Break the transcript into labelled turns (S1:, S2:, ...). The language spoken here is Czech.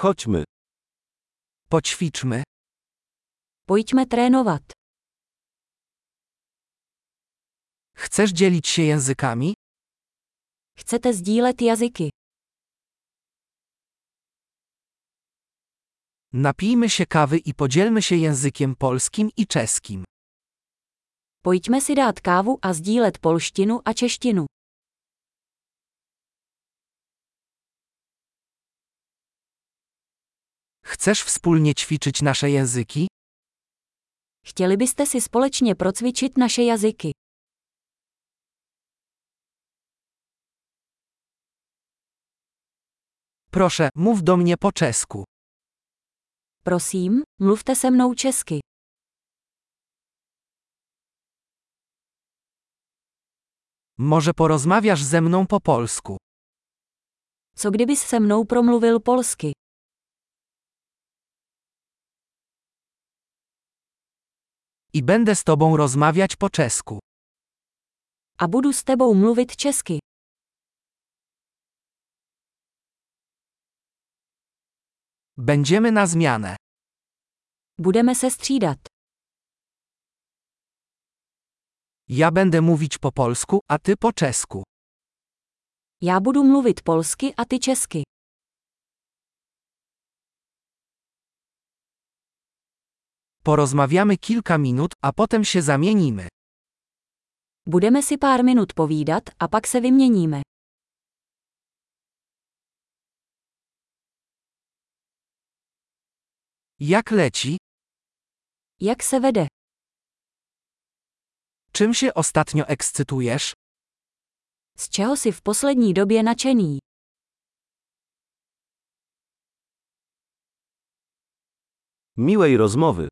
S1: Chodźmy. Poćwiczmy.
S2: Pojďme trénovat.
S1: Chcesz dzielić się językami?
S2: Chcete sdílet jazyky?
S1: Napijmy się kawy i podzielmy się językiem polskim i czeskim.
S2: Pojďme si dát kávu a sdílet polštinu a češtinu.
S1: Chcesz wspólnie ćwiczyć nasze języki?
S2: Chtěli byste si společně procvičit naše jazyky?
S1: Proszę, mów do mnie po czesku.
S2: Prosím, mluvte se mnou česky.
S1: Może porozmawiasz ze mną po polsku.
S2: Co kdybys se mnou promluvil polsky?
S1: I będę z tobą rozmawiać po czesku.
S2: A budu s tebou mluvit česky.
S1: Będziemy na zmianę.
S2: Budeme se střídat.
S1: Ja będę mówić po polsku, a ty po czesku.
S2: Já budu mluvit polsky a ty česky.
S1: Porozmawiamy kilka minut, a potem się zamienimy.
S2: Budeme si pár minut povídat a pak se vyměníme.
S1: Jak leci?
S2: Jak se vede?
S1: Czym się ostatnio ekscytujesz?
S2: Z čeho jsi v poslední době nadšený?
S3: Miłej rozmowy.